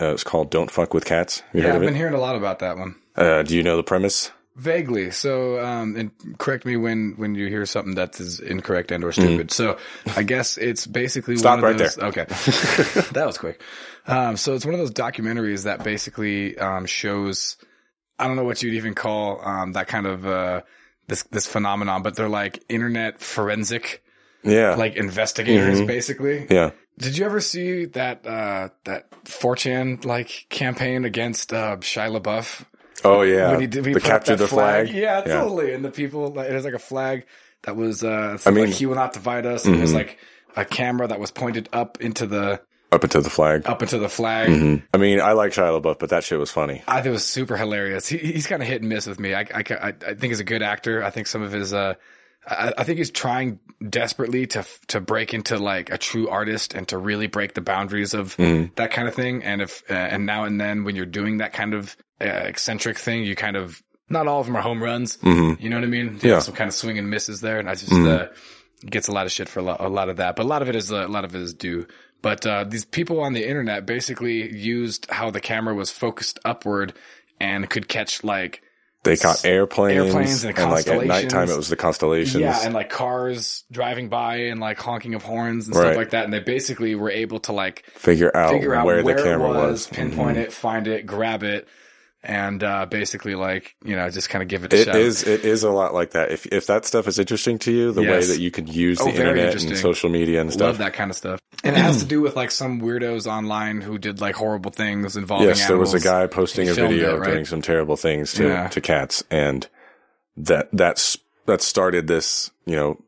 Uh, it's called "Don't Fuck with Cats." Have you yeah, heard I've of been it? hearing a lot about that one. Uh, do you know the premise? Vaguely. So, um, and correct me when, when you hear something that is incorrect and or stupid. So I guess it's basically Mm-hmm. Stop one right of there. those. Okay. that was quick. Um, so it's one of those documentaries that basically, um, shows, I don't know what you'd even call, um, that kind of, uh, this, this phenomenon, but they're like internet forensic, Yeah, like investigators, Mhm. basically. yeah. Did you ever see that, uh, that 4chan like campaign against, uh, Shia LaBeouf? Oh yeah. when he did, we the put up capture that the flag. Yeah, totally. And the people, like, it was like a flag that was, uh, I I mean- mm-hmm. mean, like, he will not divide us. And it was like a camera that was pointed up into the, Up into the flag. up into the flag. Mhm. I mean, I like Shia LaBeouf, but that shit was funny. I think it was super hilarious. He, he's kind of hit and miss with me. I, I, ca- I, I think he's a good actor. I think some of his, uh, I, I think he's trying desperately to f- to break into like a true artist and to really break the boundaries of that kind of thing. And if uh, and now and then when you're doing that kind of uh, eccentric thing, you kind of not all of them are home runs. Mhm. You know what I mean? Yeah. yeah. Some kind of swing and misses there, and I just uh, gets a lot of shit for a lot, a lot of that. But a lot of it is uh, a lot of it is due. But uh, these people on the internet basically used how the camera was focused upward and could catch like They caught airplanes, Airplanes and like at constellations. nighttime it was the constellations. yeah, and like cars driving by and like honking of horns and Right. stuff like that. And they basically were able to like figure out figure out where, where, the camera it was, was. Mm-hmm. pinpoint it, find it, grab it, and uh, basically like you know just kind of give it a It shot. is. It is a lot like that. If if that stuff is interesting to you, the Yes. way that you could use Oh, the very internet and interesting. social media and Love stuff. that kind of stuff. And it has to do with like some weirdos online who did like horrible things involving Yes, there was a animals. guy posting He a filmed video it, right? doing some terrible things to Yeah. to cats, and that that's that started this. You know,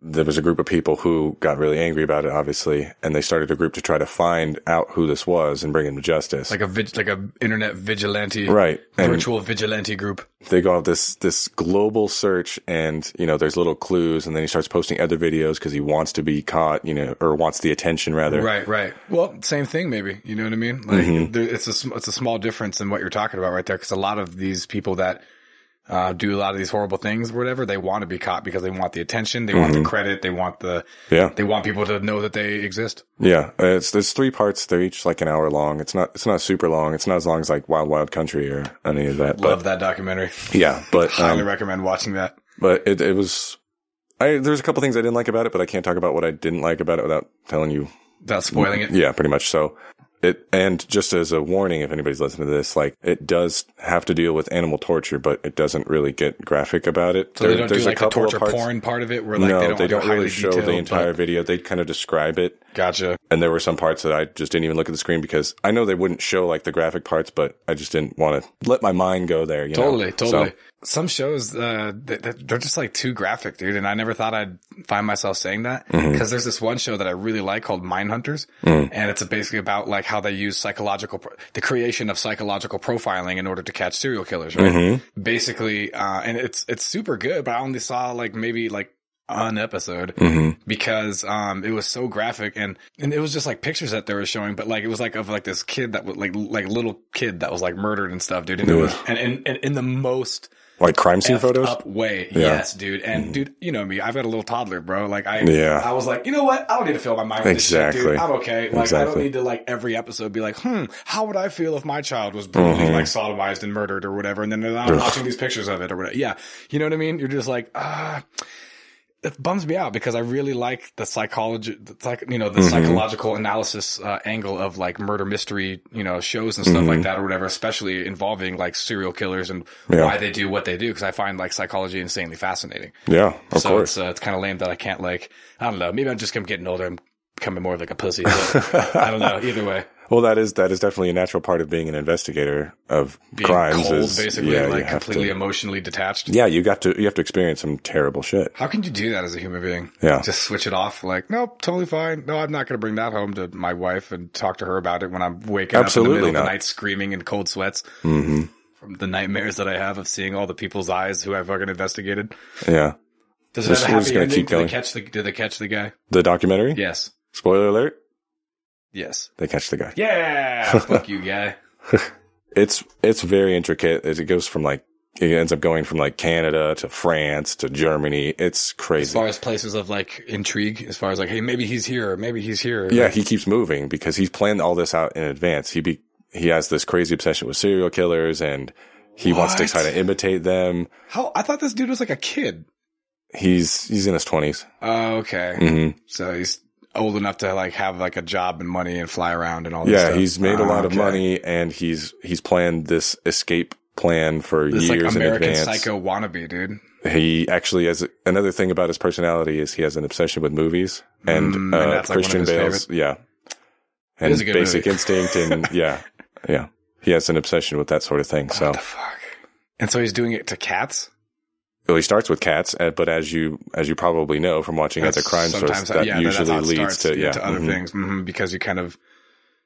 there was a group of people who got really angry about it, obviously, and they started a group to try to find out who this was and bring him to justice. like a vig- like a internet vigilante right, and virtual vigilante group. they go on this this global search and you know there's little clues and then he starts posting other videos because he wants to be caught you know or wants the attention rather Right, right. Well, same thing maybe. You know what I mean? Like Mm-hmm. there, it's a sm- it's a small difference in what you're talking about right there because a lot of these people that uh, do a lot of these horrible things, or whatever, they want to be caught because they want the attention, they want the Mm-hmm. credit, they want the yeah they want people to know that they exist. yeah Uh, it's there's three parts they're each like an hour long it's not it's not super long it's not as long as like wild wild country or any of that Love that documentary. but yeah but Highly um, recommend watching that. but it, it was I, there's a couple things I didn't like about it, but I can't talk about what I didn't like about it without telling you Without spoiling it. Yeah, pretty much so. It and just as a warning, if anybody's listening to this, like it does have to deal with animal torture, but it doesn't really get graphic about it. So they don't do there's a like the couple of torture parts- porn part of it, where like no, they don't, go highly really show detailed, the entire but- video. They kind of describe it, Gotcha. and there were some parts that I just didn't even look at the screen because I know they wouldn't show like the graphic parts, but I just didn't want to let my mind go there. You know? Totally, So, totally. Some shows, uh, th- th- they're just like too graphic, dude. And I never thought I'd find myself saying that because there's this one show that I really like called Mindhunters. And it's basically about like how they use psychological, pro- the creation of psychological profiling in order to catch serial killers, right? mm-hmm, Basically, uh, and it's, it's super good, but I only saw like maybe like an episode mm-hmm. because um it was so graphic and and it was just like pictures that they were showing but like it was like of like this kid that was like like little kid that was like murdered and stuff dude and it was and, and, and in the most like crime scene effed photos. Mm-hmm. up way yes dude and dude you know me I've got a little toddler bro like I Yeah. I was like you know what I don't need to fill my mind with this shit Exactly. dude I'm okay like I Exactly. don't need to like every episode be like hmm how would I feel if my child was brutally Mm-hmm. like sodomized and murdered or whatever and then I'm watching these pictures of it or whatever yeah you know what I mean you're just like ah it bums me out because I really like the psychology, the psych, you know, the Mm-hmm. psychological analysis uh, angle of like murder mystery, you know, shows and Mm-hmm. stuff like that or whatever, especially involving like serial killers and Yeah. why they do what they do. Cause I find like psychology insanely fascinating. yeah, of so course. it's, uh, it's kind of lame that I can't like, I don't know, maybe I'm just I'm getting older. I'm becoming more of like a pussy. But uh, I don't know. Either way, Well, that is that is definitely a natural part of being an investigator of being crimes. cold, is, basically yeah, you like have completely to- emotionally detached. yeah, you got to you have to experience some terrible shit. How can you do that as a human being? Yeah. Just switch it off. Like, nope, totally fine. No, I'm not going to bring that home to my wife and talk to her about it when I'm waking Absolutely up in the middle not. of the night screaming in cold sweats mm-hmm. from the nightmares that I have of seeing all the people's eyes who I fucking investigated. Yeah, Does it This- have a we're just happy gonna ending? keep Did going. they catch the, did they catch the guy? the documentary. Yes. Spoiler alert: Yes. they catch the guy. Yeah. Fuck you, guy. It's it's very intricate. It it goes from like it ends up going from like Canada to France to Germany. It's As crazy. far as places of like intrigue, as far as like, hey, maybe he's here, or maybe he's here. Yeah, he keeps moving because he's planned all this out in advance. He be he has this crazy obsession with serial killers, and he wants to What? kind of imitate them. How I thought this dude was like a kid. He's he's in his 20s Oh, okay. Mm-hmm. So he's old enough to like have like a job and money and fly around and all. This Yeah, stuff. he's made a Ah, lot of okay. money, and he's he's planned this escape plan for This years like in American advance. Psycho wannabe dude. He actually has another thing about his personality is he has an obsession with movies and, Mm, and uh, that's, like, one of Christian his Bale's, yeah, and is a good Basic movie. Instinct and yeah, yeah, he has an obsession with that sort of thing. So What the fuck? And so he's doing it to cats. well, he starts with cats, uh, but as you as you probably know from watching other crime shows, sometimes- that yeah, that's usually how it leads starts, to yeah, to other mhm. things mhm, because you kind of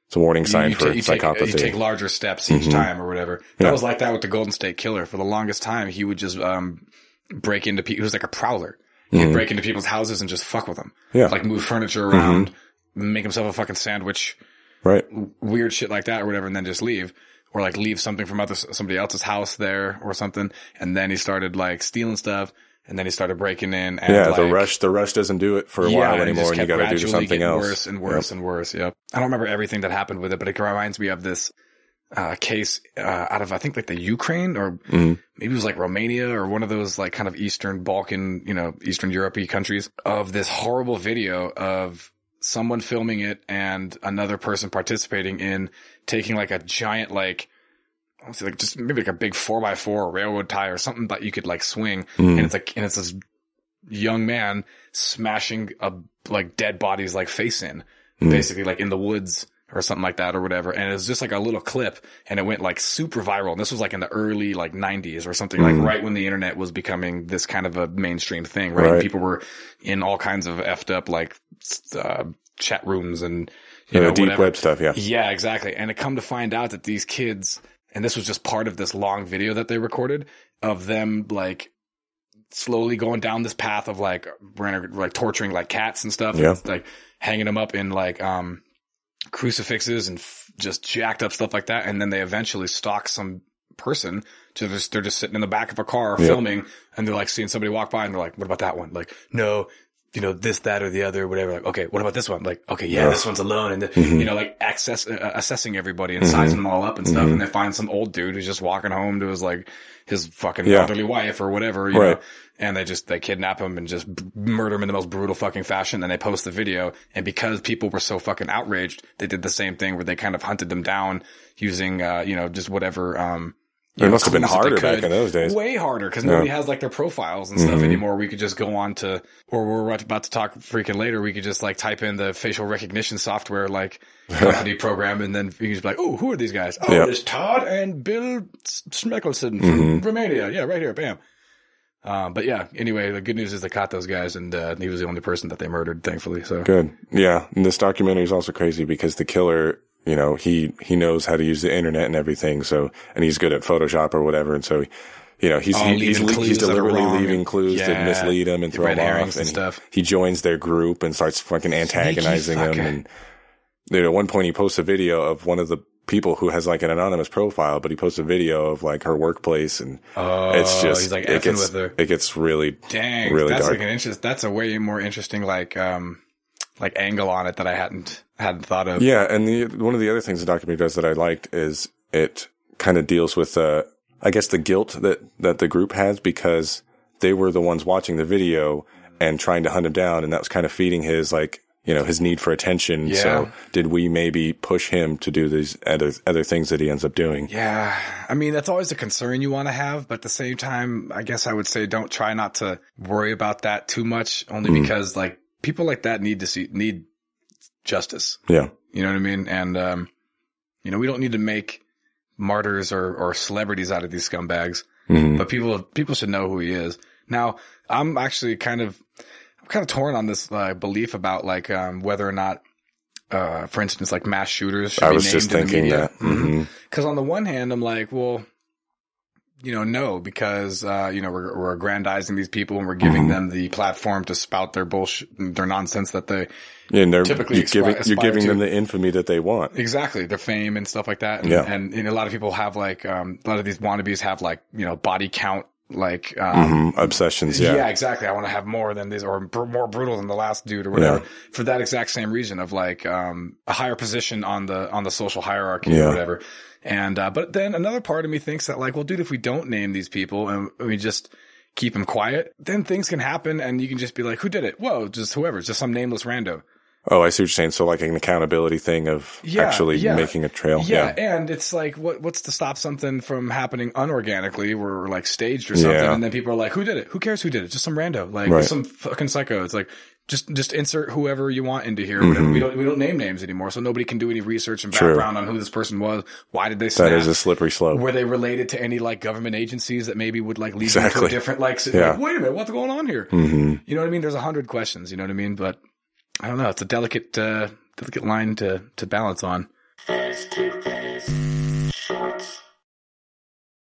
It's a warning sign you, for ta- you take, psychopathy. You take larger steps each Mhm. time or whatever. That Yeah. was like that with the Golden State Killer. For the longest time, he would just um, break into people. He was like a prowler. He'd Mhm. break into people's houses and just fuck with them. Yeah. Like move furniture Mm-hmm. around, make himself a fucking sandwich, right? w- weird shit like that or whatever, and then just leave. Or like leave something from other somebody else's house there or something. And then he started like stealing stuff. And then he started breaking in. And Yeah, the like- rush the rush doesn't do it for a while and it anymore, just and you kept got to do gradually something getting else. Worse and worse and worse. Yep. I don't remember everything that happened with it, but it reminds me of this uh, case uh, out of I think like the Ukraine or Yep. Mhm. maybe it was like Romania or one of those like kind of Eastern Balkan, you know, Eastern European countries of this horrible video of someone filming it and another person participating in taking like a giant like. I don't see, like just maybe like a big four by four railroad tie or something that you could like swing Mhm. and it's like and it's this young man smashing a like dead body's like face in Mm. basically like in the woods or something like that or whatever and it was just like a little clip and it went like super viral and this was like in the early like 90s or something Mm. like right when the internet was becoming this kind of a mainstream thing right, Right. people were in all kinds of effed up like s- uh, chat rooms and Yeah, you know the deep whatever. web stuff. Yeah, Yeah, exactly. And to come to find out that these kids, and this was just part of this long video that they recorded of them like slowly going down this path of like we're gonna- like torturing like cats and stuff, Yeah. and, like hanging them up in like um crucifixes and f- just jacked up stuff like that. And then they eventually stalk some person to just they're just sitting in the back of a car Yeah. filming and they're like seeing somebody walk by and they're like, What about that one? Like, no, you know, this, that, or the other, whatever. Like, okay, what about this one? Like, okay, yeah, Yeah. this one's alone. And, the, Mhm. you know, like access, uh, assessing everybody and Mhm. sizing them all up and stuff. Mhm. And they find some old dude who's just walking home to his, like, his fucking Yeah. elderly wife or whatever, you Right. know, and they just, they kidnap him and just b- murder him in the most brutal fucking fashion. And they post the video. And because people were so fucking outraged, they did the same thing where they kind of hunted them down using, uh, you know, just whatever, um, you it know, must have been clues that they harder could back in those days. way harder because Yeah. nobody has like their profiles and stuff Mhm. anymore. We could just go on to, or we're about to talk freaking later. We could just like type in the facial recognition software like company program, and then you can just be like, "Oh, who are these guys? Oh, Yeah. there's Todd and Bill Smekelson from Mhm. Romania. Yeah, right here, bam." Uh, but yeah, anyway, the good news is they caught those guys, and uh, he was the only person that they murdered, thankfully. So Good. Yeah. And this documentary is also crazy because the killer, you know, he, he knows how to use the internet and everything. So, and he's good at Photoshop or whatever. And so, you know, he's, Oh, he, he's, leaving le- he's clues that are deliberately wrong. leaving clues to Yeah. mislead him and throw red him off. herrings and he- stuff. He, joins their group and starts fucking antagonizing them. fucker. And you know, at one point he posts a video of one of the people who has like an anonymous profile, but he posts a video of like her workplace and Oh, it's just, he's it like effing gets, with her. it gets really, Dang, really that's dark. like an interest. That's a way more interesting like um like angle on it that I hadn't hadn't thought of. Yeah, and the one of the other things the documentary does that I liked is it kind of deals with uh I guess the guilt that that the group has because they were the ones watching the video and trying to hunt him down and that was kind of feeding his like you know his need for attention. Yeah. So did we maybe push him to do these other other things that he ends up doing? Yeah, I mean that's always a concern you want to have, but at the same time, I guess I would say don't try not to worry about that too much, only Mhm. because like people like that need to see need justice. Yeah. You know what I mean? And um, you know we don't need to make martyrs or or celebrities out of these scumbags. Mhm. but people people should know who he is. Now, I'm actually kind of I'm kind of torn on this uh, belief about like um, whether or not, uh, for instance, like mass shooters. Should I be was named just Mm-hmm. in the Mm-hmm. thinking media. that. hmm Because on the one hand, I'm like, well, you know, no, because, uh, you know, we're, we're aggrandizing these people and we're giving Mm-hmm. them the platform to spout their bullshit, their nonsense that they, Yeah, and they're Typically you're giving, aspire- you're giving aspire them to- the infamy that they want. exactly, their fame and stuff like that. And, Yeah. and, and a lot of people have like, um, a lot of these wannabes have like, you know, body count, like, um, Mhm. Obsessions, Yeah. yeah. exactly. I want to have more than this, or br- more brutal than the last dude, or whatever. For that exact same reason of like um, a higher position on the on the social hierarchy, Yeah. or whatever. And uh, but then another part of me thinks that like, well, dude, if we don't name these people and we just keep them quiet, then things can happen, and you can just be like, who did it? Whoa, just whoever, just some nameless rando. Oh, I see what you're saying. So like an accountability thing of Yeah, actually yeah. making a trail. Yeah, and it's like, what what's to stop something from happening unorganically, where like staged or something, Yeah. and then people are like, "Who did it? Who cares who did it? Just some rando, like Right. some fucking psycho." It's like just just insert whoever you want into here. whatever. We don't we don't name names anymore, so nobody can do any research and Mm-hmm. True. background on who this person was. Why did they snap? That is a slippery slope. were they related to any like government agencies that maybe would like lead you Exactly. to a different like, si- Yeah. like, wait a minute what's going on here hmm you know what i mean there's a hundred questions you know what i mean but i don't know it's a delicate uh delicate line to to balance on First to